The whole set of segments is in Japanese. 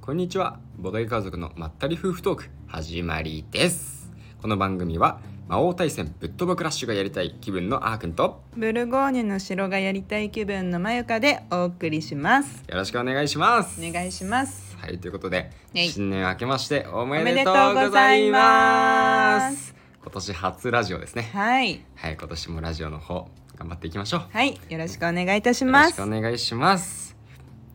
こんにちはボドゲ家族のまったり夫婦トーク始まりですこの番組は魔王対戦ぶっ飛ばクラッシュがやりたい気分のあーくんとブルゴーニュの城がやりたい気分のまゆかでお送りします。よろしくお願いしますお願いします。はいということでえい新年明けましておめでとうおめでとうごござざいいまますす今年初ラジオですねはい、はい今年もラジオの方頑張っていきましょうはい、よろしくお願いいたしよろましくすお。願いします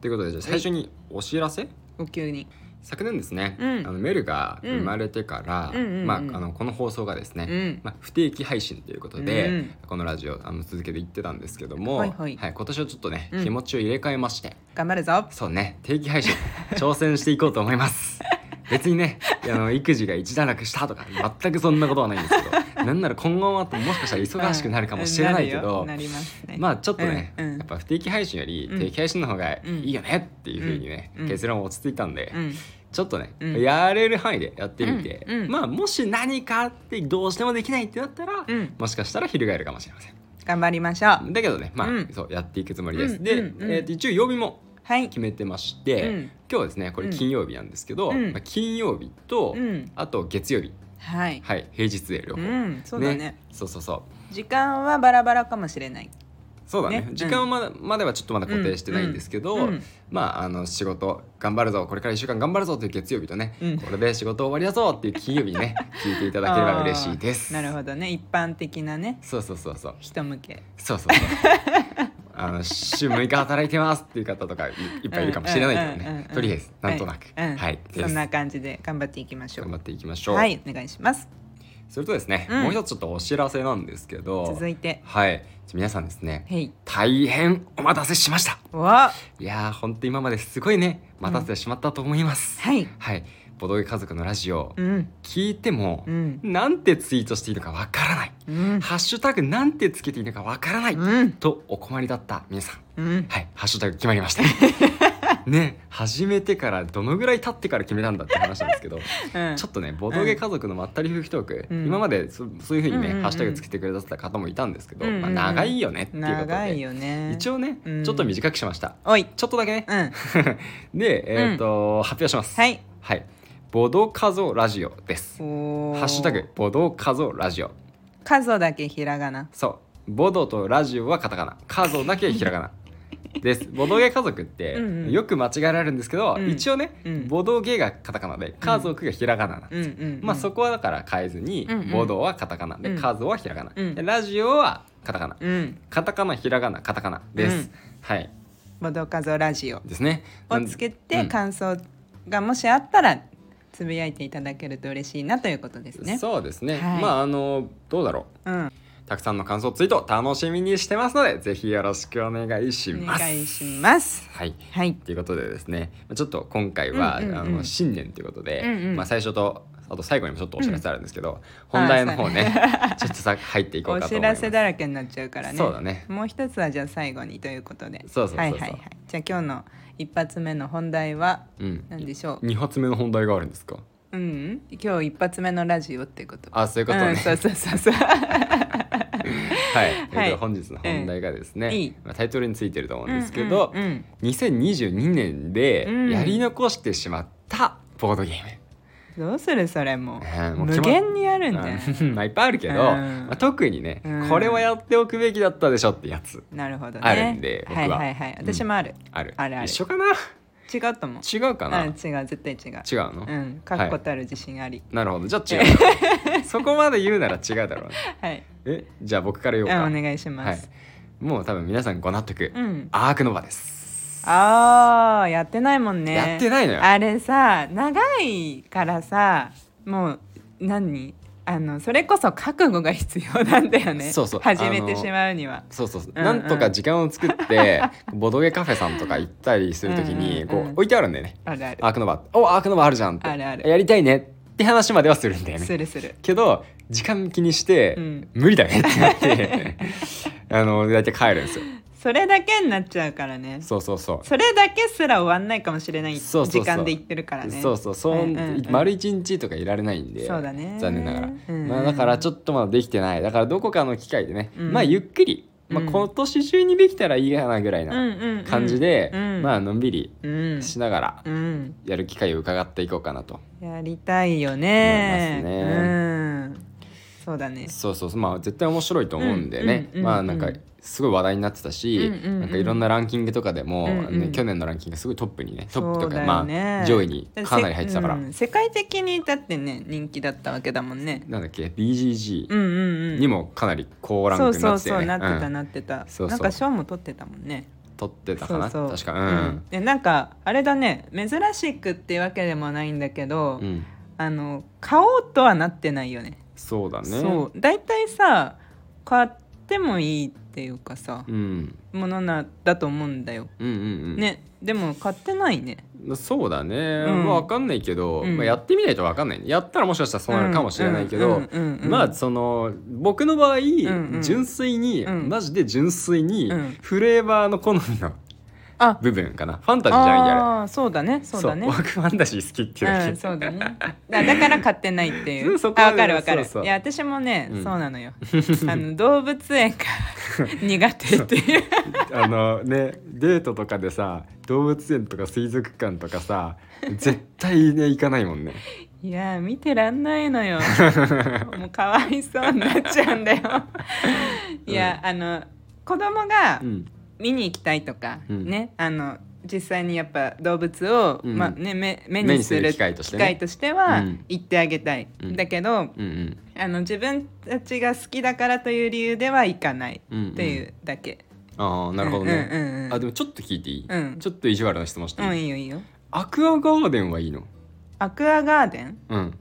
ということでじゃあ最初にお知らせお急に。昨年ですね、うんあのメルが生まれてから、うんうんうんうんまあ、あのこの放送がですね、うんまあ、不定期配信ということで、うんこのラジオあの続けて言ってたんですけども、はいはい今年はちょっとね、うん気持ちを入れ替えまして頑張るぞ。そうね定期配信挑戦していこうと思い ます。別にねあの育児が一段落したとか全くそんなことはないんです けどなんなら今後はもしかしたら忙しくなるかもしれないけど、うんなるよなりますね。まあちょっとね、うんうんやっぱ不定期配信より定期配信の方がいいよねっていうふうにね、うんうん結論は落ち着いたんで、うん、ちょっとね、うんやれる範囲でやってみて、うんうんまあもし何かあってどうしてもできないってなったら、うんもしかしたら翻るかもしれません頑張りましょう。だけどねまあ、うんそうやっていくつもりです、うんで、うんうんえーと一応曜日もはい決。めてまして、うん今日はですねこれ金曜日なんですけど、うんまあ、金曜日と、うん、あと月曜日はい。はい平日で両う方、ん、そうだねそうそうそう時間はバラバラかもしれない。そうだねね時間はまだまではちょっとまだ固定してないんですけど、うんうんまああの仕事頑張るぞこれから1週間頑張るぞという月曜日とね、うんこれで仕事終わりだぞっていう金曜日に ね聞いていただければ嬉しいですあーなるどほどね、一般的なね、そうそうそうそう人向け。そうそうそうあの週6日働いてますっていう方とかいいっぱいいるかもしれないけどうんうんうんねうんとりあえずなんとなくはい、うんはい、ですそんな感じで頑張っていきましょ頑張う。っていきましょう、はい、お願いします。それとですね、うんもう一つちょっとお知らせなんですけど続いて、はい皆さんですねへい。大変お待たせしましたわ、いやー本当今まですごいね待たせてしまったと思います、はい。はいボドゲ家族のラジオ、うん、聞いても、うん、なんてツイートしていいのかわからない、うん。ハッシュタグなんてつけていいのかわからない、うん、とお困りだった皆さんうん、はいハッシュタグ決まりました ね始めてからどのぐらい経ってから決めたんだって話なんですけどうんちょっとねボドゲ家族のまったり夫婦トーク、うん今までそそういうふうにね、うんうんうんハッシュタグつけてくださった方もいたんですけど、うんうんまうあ、ん長いよねっていうことで長いよね一応ね、うんちょっと短くしましたおいちょっとだけねう、んで、えーと発表しますはいはいボドカゾラジオですおーハッシュタグボドカゾラジオカゾだけひらがなそうボドとラジオはカタカナカゾだけひら がなですボドゲ家族ってうんうんよく間違えられるんですけど、うん一応ね、うんボドゲがカタカナで家族がひらがななんうでんうす、んうんまあそこはだから変えずに、うんうんボドはカタカナでうんカゾはひらがな、うんでラジオはカタカナ、うんカタカナひらがなカタカナです、うんはいボドカゾラジオですねをつけなてん感想がもしあったらつぶやいていただけると嬉しいなということですねそうですね、はいまああのどうだろううんたくさんの感想ツイート楽しみにしてますのでぜひよろしくお願いしおます。願いしますはいはいということでですねちょっと今回は、うんうんうんあの新年ということで、うんうんまあ、最初とあと最後にもちょっとお知らせあるんですけど、本題の方ね ちょっとさ入っていこうおかと知思いまらす。せだらけになっちゃうからねそうだねもう一つはじゃあ最後にということでそうそうそうそうはいはいはいじゃあ今日の一発目の本題はうん、何でしょう2発目の本題があるんですかうん、今日一発目のラジオってこと。あそういうことね、うん、そうそうそうそう。 はい、ということはでい本日の本題がですね、うんいいまあ、タイトルについてると思うんですけど、うんうん2022年でうんやり残してしまったボードゲーム、うんどうするそれも,、ねえもう決無まっ限にあるんじゃない。うん まあいっぱいあるけど、うんまあ、特にね、うんこれはやっておくべきだったでしょってやつ なるほどね。あるんで僕ははいはいはい。うん私もある。あるあるある一緒かな違うと思う。違うかな、うん、違違う絶対違う。うの、うん、確固たる自信あり。なるほどじゃあ違うだろう そこまで言うなら違うだろうねはい。えじゃあ僕から言う、おうんかお願いしはまいす。、もう多分皆さんご納得、うん。アークノバですああ、やってないもんね。やってないのよあれさ、長いからさ、もう何？あのそれこそ覚悟が必要なんだよね。そうそう始めあのてしまうには。そうそうそう、うんうんなんとか時間を作 ってボドゲカフェさんとか行ったりするときにうんこうんうんう置いてあるんだよねあるある。アークノバおアークノバあるじゃんってあるあるやりたいねって話まではするんだよねするする。けど時間気にして、うん無理だねってなって あの大体帰るんですよそれだけになっちゃうからねそうそうそうそれだけすら終わんないかもしれないそうそうそう時間で言ってるからねそうそうそう、んんん丸一日とかいられないんでそうだね残念ながら、うんまあ、だからちょっとまだできてないだからどこかの機会でね、うんまあゆっくりまあ、うん今年中にできたらいいかなぐらいうんなうんうん感じで、うんまあのんびりうんしながらうんやる機会を伺っていこうかなと、やりたいよね思いますねうんそうだねそうそうそうまあ絶対面白いと思うんでね、うんうんうんうんまあなんかすごい話題になってたし、うんうんうんなんかいろんなランキングとかでも、うんうんね去年のランキングすごいトップにねトップとそうか、だよまねあ上位にかなり入ってたから、せうん世界的にだってね人気だったわけだもんねなんだっけ BGG うんうんうんにもかなり高ランそクうにそなってたようそうねなってうたんなってたそうそうなんか賞も取ってたもんね取ってたかなそうそう確かうんでなんかあれだね珍しくってわけでもないんだけど、うん、うん、あの買おうとはなってないよねそうだねそう大体さ買ってもいいっていうかさ、うん、ものなだと思うんだよ、うんうんうんねでも買ってないねそうだね、んまあ、分かんないけど、うんまあ、やってみないと分かんないやったらもしかしたらそうなるかもしれないけど、うんうんうんうんまあその僕の場合、うん純粋に、うんマジで純粋に、うんフレーバーの好みのあ部分かなファンタジーじゃないあれあーそうだねそうだね僕ファンタジー好きっていうだけ、うん、そうだねだだから買ってないってい うそこまあわでかるわかるそうそういや私もね、うんそう なのよあの動物園が苦手っていうあのねデートとかでさ動物園とか水族館とかさ絶対ね行かないもんねいやー見てらんないの よもうかわいそうになっちゃうんだよいや、あの子供がうん見に行きたいとか、うんねあの実際にやっぱ動物を、うんまあね、目目目ににすするる機会として機ね会としてはうん行ってあげたい、うんだけどうんうんあの自分たちが好きだからという理由では行かないうんうんっていうだけ、ああなるほどね、うんうんうんあでもちょっと聞いていい、うんちょっと意地悪な質問していい、うんいいよいいよアクアガーデンはいいのアクアガーデンうん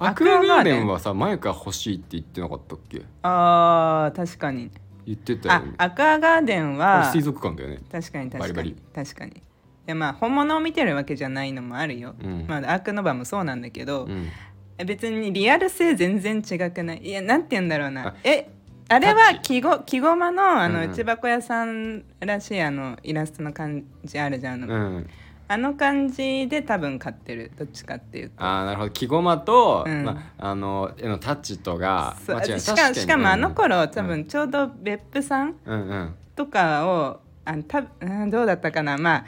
アアククアアガガーーデデンンはさマユカ欲しいって言ってなかったっけあー確かに言ってたよあねアクアガーデンあは水族館だよね確かに確かにバリバ確かにでまあ本物を見てるわけじゃないのもあるよ、うんまあ、アークノバもそうなんだけどう、ん別にリアル性全然違くないいやなんて言うんだろうあなえあれはタッ木ご木駒のあうんのうん内箱屋さんらしいあのイラストの感じあるじゃんあの,、うん、あの感じで多分買ってるどっちかっていうとあーなるほど木駒と、うんまあ、あの絵のタッチとがそうまあ違うし確かにしかもあの頃多う分んちょうど別府さんうんうんとかをあのたうんどうだったかなま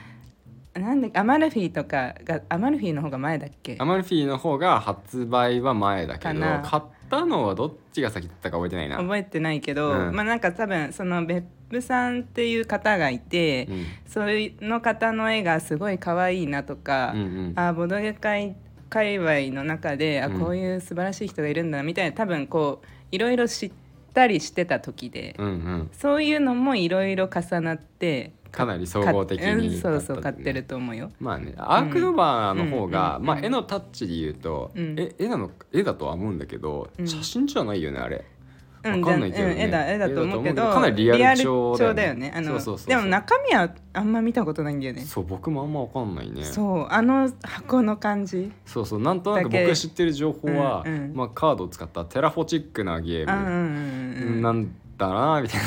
あなんでアマルフィとかがアマルフィの方が前だっけアマルフィの方が発売は前だけかどな買ったのはどっちが先だったか覚えてないな、うん覚えてないけど、うんまあなんか多分その別府さんっていう方がいて、うんそういうの方の絵がすごい可愛いなとか、うん、あーボドゲ界界隈の中であうんこういう素晴らしい人がいるんだなみたいな多分こういろいろ知ったりしてた時で、うんうんそういうのもいろいろ重なってかなり総合的買っにうんそうそう買買っったんだねてると思うよ。まあねアークノバーの方が、うんまあ、うん絵のタッチで言うと、うんえ絵なの絵だとは思うんだけど、うん写真じゃないよねあれ。うわかんないけどねうん、絵だ絵だと思うけ絵だどと思うけどかなりリアル調だよねだよねあのそうそうそうそうでも中身はあんま見たことないんだよねそう僕もあんまわかんないねそうそうあの箱の感じそうなんとなくだけ僕が知ってる情報は、うんうんまあ、カードを使ったテラフォチックなゲうんうーんうんうんムなんだなみたい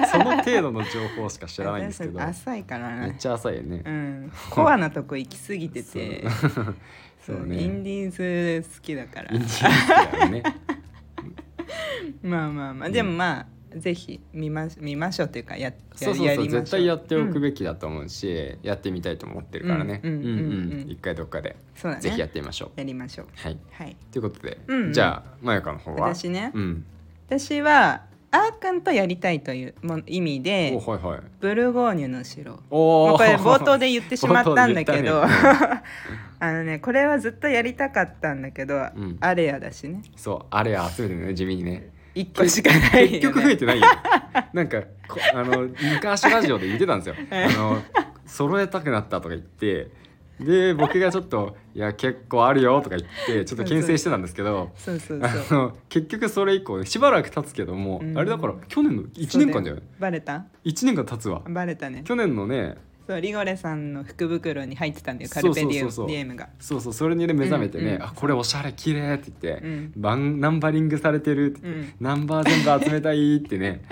なその程度の情報しか知らないんですけど私浅いからめなっちゃ浅いよね。うん、コアなとこ行き過ぎて てそ そううそうねインディーズ好きだからインディーズだよねまあまあまあでもまあぜひ見まし見ましょうというかやや そうそうやそうりましょう絶対やっておくうんべきだと思うし、やってみたいと思ってるからねううんんううんんうんうんうん一回どっかでそうだねぜひやってみましょう。やりましょうはいはいということで、うんうんじゃあまゆかの方は私ねうん私はあーくんとやりたいというも意味おではいはいブルゴーニュの城おもうこれ冒頭でで言ってしまったんだけど、冒頭で あのねこれはずっとやりたかったんだけど、んアレアだしね そうあれ集めてるね地味にね一個しかないよ、ね、結局増えてないよ なんかこあの昔ラジオで言ってたん ですよあの揃えたくなったとか言ってで僕がちょっと「いや結構あるよ」とか言ってちょっと牽制してたんですけどそうそうあそうの結局それ以降ねしばらく経つけども、うんあれだから去年の1年間だよねバレた1年間経つわバレたね去年のねそうリゴレさんの福袋に入ってたんだよそカうそうそルうペディウそうディエムがそうそうそれにね目覚めてね、うんうんあこれおしゃれ綺麗って言って、うんバンナンバリングされてるって言って、うんナンバー全部集めたいって ね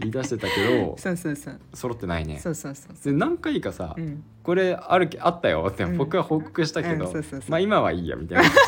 言い出してたけどそうそうそう揃ってないねそうそうそでう何回かさ、うんこれあるけあったよってうん僕は報告したけど、うんそうそうそうまあ今はいいやみたいな話して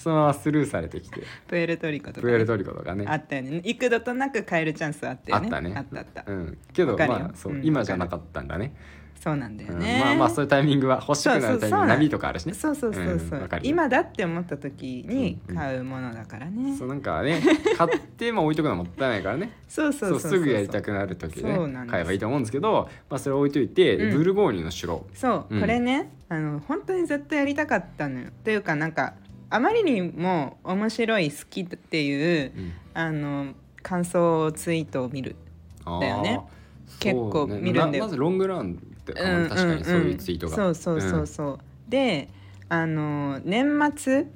そのままスルーされてきてプエルトリコとかね、プエルトリコとかねあったよね幾度となく変えるチャンスはあったあよっねたねあったあった、うん、けどわかるよまあそう、うん今じゃなかったんだね、そうなんだようんね、まあまあそういうタイミングは欲しくなそうそうるタイミンそグうなん波とかあるしねそうそうそうそう、うんわかるよ今だって思った時に買うものだからね、そうなんか ね買っても置いとくのはもったいないからねそうそうそうそうすぐやりたくなる時で,、そうなんです買えばいいと思うんですけど、まあ、それを置いといて、うんブルゴーニュの城そう、うんこれねあの本当にずっとやりたかったのよというかなんかあまりにも面白い好きっていううんあの感想ツイートを見るあーだよね結構そうね見るんだよままずロングランってかな、うん確かにそういうツイートが、うんうんそうそうそうそう、であの年末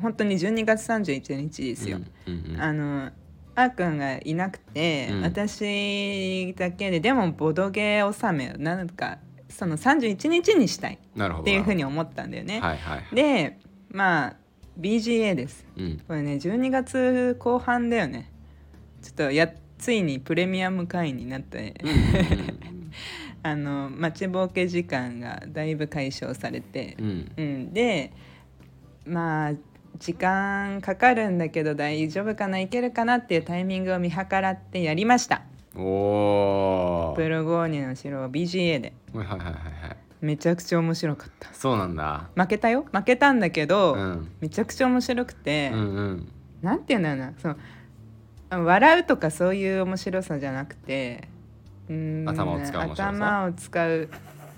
本当に12月31日ですよ、うんうんうんあのあーくんがいなくて、うん私だけででもボドゲ納めをなんかその31日にしたいなるほどっていうふうに思ったんだよね、はいはいでまあ BGA ですうんこれね12月後半だよねちょっとやついにプレミアム会員になって、うんうんあの待ちぼうけ時間がだいぶ解消されてう、んうん、でまあ時間かかるんだけど大丈夫かないけるかなっていうタイミングを見計らってやりましたうんおおブルゴーニュの城を BGA ではいはいはいはいめちゃくちゃ面白かったそうなんだ負けたよ負けたんだけど、うんめちゃくちゃ面白くて、うんうんなんて言うんだろうなそのあ笑うとかそういう面白さじゃなくてうーん頭を使う面白さ頭を使う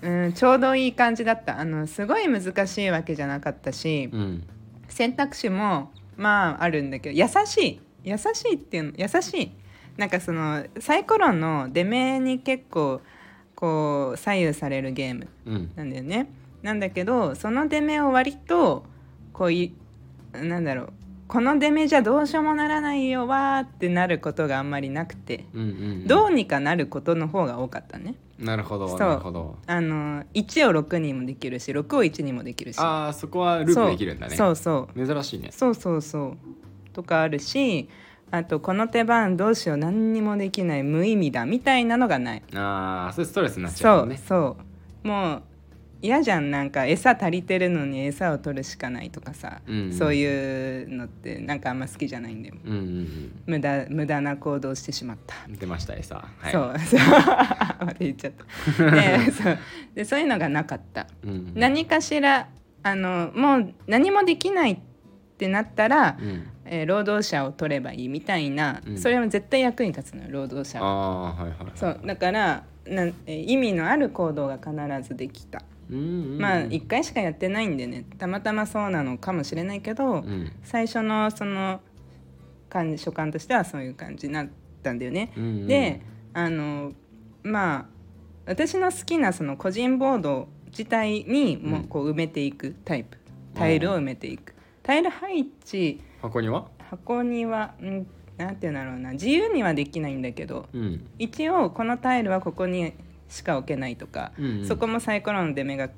うんちょうどいい感じだったあのすごい難しいわけじゃなかったし、うん選択肢もまああるんだけど優しい優しいっていうの優しいなんかそのサイコロの出目に結構こう左右されるゲームうんなんだよねなんだけどその出目を割とこういなんだろうこの出目じゃどうしようもならないよわーってなることがあんまりなくてうんうんどうにかなることの方が多かったねなるほどそうなるほどあの1を6にもできるし6を1にもできるしあーそこはループできるんだねそうそうそう珍しいねそうそうそうとかあるしあとこの手番どうしよう何にもできない無意味だみたいなのがない、ああそれストレスになっちゃそうもんうねそうもう嫌じゃんなんか餌足りてるのに餌を取るしかないとかさ、うんそういうのってなんかあんま好きじゃないんだようんうん無駄無駄な行動をしてしまった、うん出ました餌はいそう そうまた言っちゃ ったでそうでそういうのがなかったうんうん何かしらあのもう何もできないってなったら、うんえー労働者を取ればいいみたいな、うんそれも絶対役に立つのよ労働者はああーはいはいはいそうだからなん、えー意味のある行動が必ずできた、うんうんうんまあ1回しかやってないんでねたまたまそうなのかもしれないけうど、ん最初のその感じ所感としてはそういう感じになったんだよね。うんうんであのまあ私の好きなその個人ボード自体にもうこう埋めていくタイプ、タイルを埋めていく。タイル配置箱には箱にはんなんていうんだろうな自由にはできないんだけどうん一応このタイルはここにしか置けないとか、うんうんそこもサイコロの出目が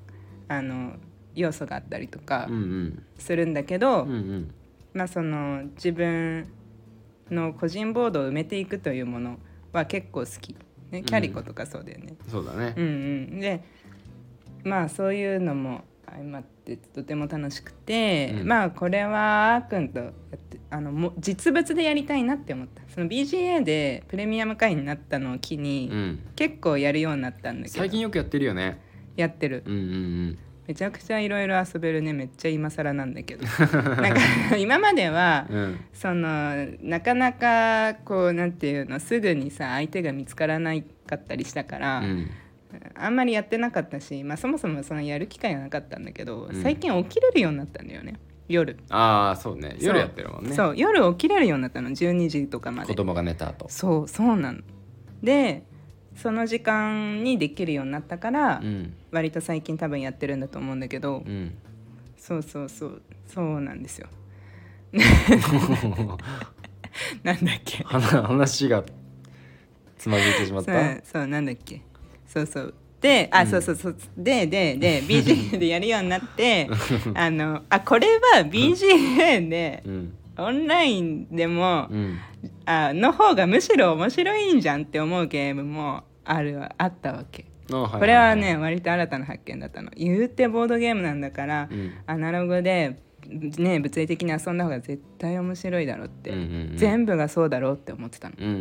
あの要素があったりとかうんうんするんだけど、うんうんまあその自分の個人ボードを埋めていくというものは結構好き、ね、キャリコとかそうだよね。そうだねうん、うんでまあそういうのも相まってとても楽しくて、うんまあこれはあーくんとやってあのも実物でやりたいなって思ったその BGA でプレミアム会員になったのを機に、うん結構やるようになったんだけど最近よくやってるよねやってるうんうんうんめちゃくちゃいろいろ遊べるねめっちゃ今更なん だけどなんか今までは、うんそのなかなかこうなんていうのすぐにさ相手が見つからないかったりしたから、うんあんまりやってなかったし、まあ、そもそもそのやる機会がなかったんだけど、うん最近起きれるようになったんだよね夜ああそうねそう夜やってるもんねそう夜起きれるようになったの12時とかまで子供が寝た後そうそうなのでその時間にできるようになったから、うん割と最近多分やってるんだと思うんだけど、うんそうそうそうそうなんで すよなんだっけ話話がつまずいてしまっそたうそうなんだっけそうそうであ、うんそうそうそうで でで BGA でやるようになってあのあこれは BGA でうんオンラインでもうんあの方がむしろ面白いんじゃんって思うゲームもあるわあったわあけいいいこれはね割と新たな発見だったの言うてボードゲームなんだからうんアナログでね物理的に遊んだ方が絶対面白いだろうって、うんうんうん、全部がそうだろうって思ってたの。うんう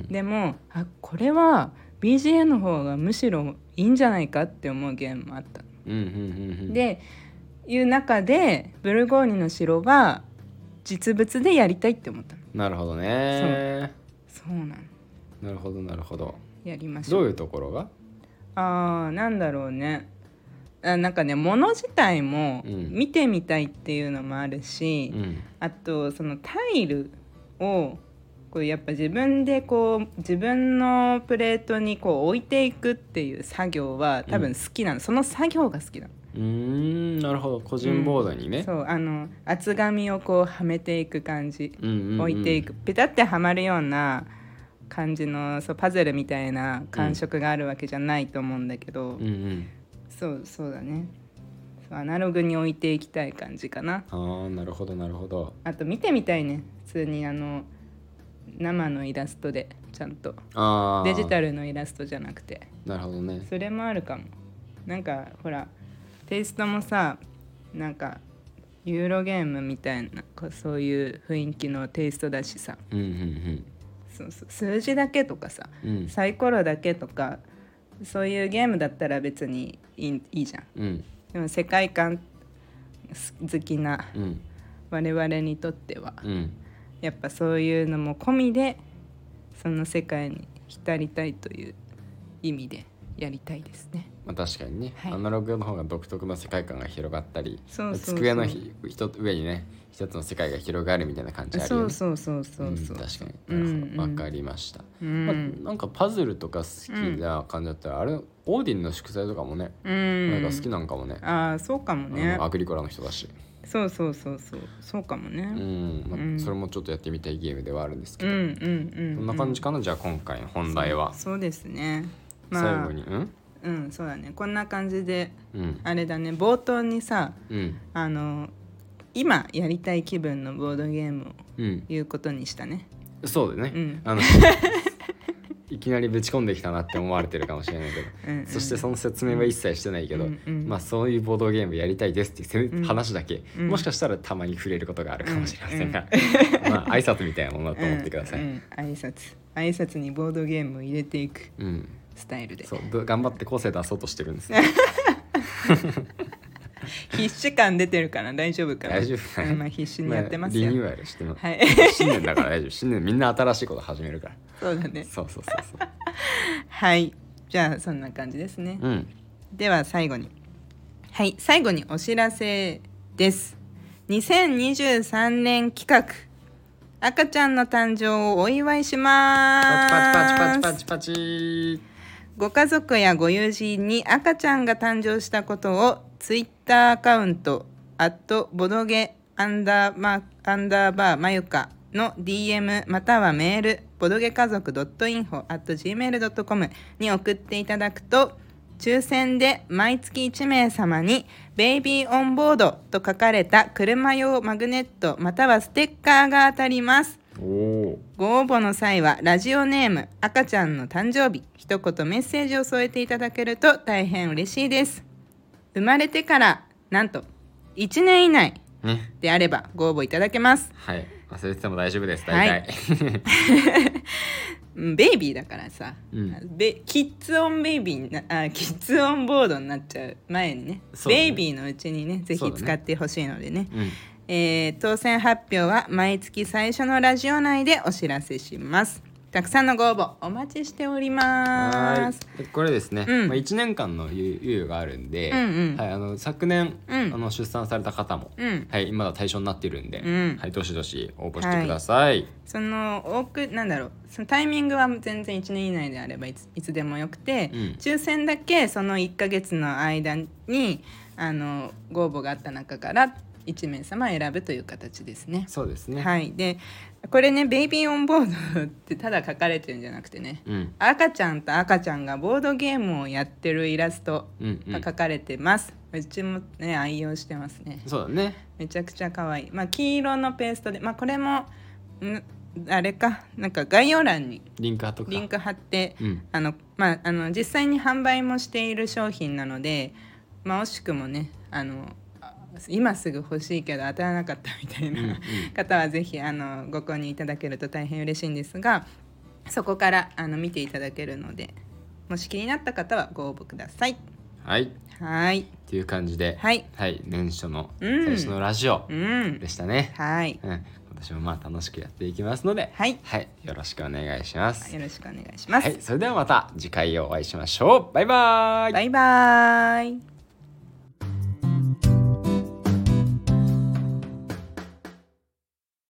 んでもあこれは BGA の方がむしろいいんじゃないかって思うゲームもあったの。うんうんうんうんうんでいう中でブルゴーニュの城は実物でやりたいって思ったの。なるほどねそうなのなるほどなるほどやりましどょう。ういうところがあーなんだろうねあなんかね物自体もうん見てみたいっていうのもあるし、うんあとそのタイルをこうやっぱ自分でこう自分のプレートにこう置いていくっていう作業は多分好きなの、その作業が好きなの。うーんなるほど個人ボードにね、そうあの厚紙をこうはめていく感じ、うんうんうん置いていくペタってはまるような感じのそうパズルみたいな感触があるわけじゃないと思うんだけど、うんうんそうそうだねそうアナログに置いていきたい感じかなああなるほどなるほどあと見てみたいね普通にあの生のイラストでちゃんとああデジタルのイラストじゃなくてなるほどねそれもあるかもなんかほらテイストもさなんかユーロゲームみたいなこうそういう雰囲気のテイストだしさうんうんそうそう数字だけとかさうんうんサイコロだけとかそういうゲームだったら別にいいいいじゃんうんでも世界観好きなうん我々にとってはうんやっぱそういうのも込みでその世界に浸りたいという意味でやりたいですね。まあ確かにね、はいアナログの方が独特の世界観が広がったりそうそうそう机のひ一つ上にね一つの世界が広がるみたいな感じあるよそねうそうそうそうそう。ん、確かになるほどわ、うんうんかりました、うんまあ、なんかパズルとか好きな感じだったら、あれオーディンの祝祭とかもね、うん。なんか好きなんかもねああそうかもねあの。アグリコラの人だし、そうそうそうそうそうかもうね。んまあうんそれもちょっとやってみたいゲームではあるんですけうんど、うんうんうん。そんな感じかなじゃあ今回の本題は、そうですね。最まあ後にうんうんそうだねこんな感じでうんあれだね冒頭にさうんあの今やりたい気分のボードゲームをうん言うことにしたね。そうだね、うんあの いきなりぶち込んできたなって思われてるかもしれないけどうんうんそしてその説明は一切してないけど、うんうんまあそういうボードゲームやりたいですっていうせうん話だけ、うんもしかしたらたまに触れることがあるかもしれませんが、 まあ挨拶みたいなものだと思ってください。ううんんうん挨拶挨拶にボードゲームを入れていくスタイルでそうど頑張って個性出そうとしてるんですね。必死感出てるから大丈夫かな大丈夫かなうんまあ必死にやってますよ、あリニューアルしても、はい 新年だから大丈夫。新年みんな新しいこと始めるから。そうだねそうそうそうそう。はいじゃあそんな感じですね、うん。では最後にはい最後にお知らせです2023年企画赤ちゃんの誕生をお祝いパしまチすパチパチパチパチパチ。ご家族やご友人に赤ちゃんが誕生したことをツイッターアカウント「ボドゲアンダーマアンダーバーまゆか」の DM またはメールボドゲ家族 .info.gmail.com に送っていただくと抽選で毎月1名様に「ベイビーオンボード」と書かれた車用マグネットまたはステッカーが当たります。おおご応募の際はラジオネーム赤ちゃんの誕生日一言メッセージを添えていただけると大変嬉しいです生まれてからなんと1年以内ー。ね。であればご応募いただけますはい。忘れてても大丈夫です。大体。は うんベイビーだからさ、うんベキッズオンベイビーになあキッズオンボードになっちゃう前にねそうだねベイビーのうちにねぜそうひだね使ってほしいのでねうん。えー当選発表は毎月最初のラジオ内でお知らせしますたくさんのご応募お待ちしておりまはすい。これですね、うんまあ1年間の猶猶予があるんで、うんうんはい、あの昨年、うんあの出産された方も、うんはい、今だ対象になってるんで、うんはい、どしどし応募してください。その多くなんだろうそのタイミングは全然1年以内であればいついつでもよくて、うん抽選だけその1ヶ月の間にあのご応募があった中から1名様選ぶという形ですね。そうですね。はい、でこれね「ベイビーオンボード」ってただ書かれてるんじゃなくてね、うん。赤ちゃんと赤ちゃんがボードゲームをやってるイラストうん、うがん。書かれてます、うちもね愛用してますねそうだね。めちゃくちゃ可愛いまあ黄色のペーストでまあこれもんあれかなんか概要欄にリンク貼っとくか。リンク貼ってうん。あのまああの実際に販売もしている商品なのでまあ惜しくもねあのあ今すぐ欲しいけど当たらなかったみたいうんうんな方はぜひあのご購入いただけると大変嬉しいんですがそこからあの見ていただけるのでもし気になった方はご応募ください。はいっはいていう感じでははい年初のうん最初のラジオうんでしたね、はいうん、今年もまあ楽しくやっていきますのではいはい、よろしくお願いしますよろしくお願いします。はい、それではまた次回お会いしましょうバイバイバイバイ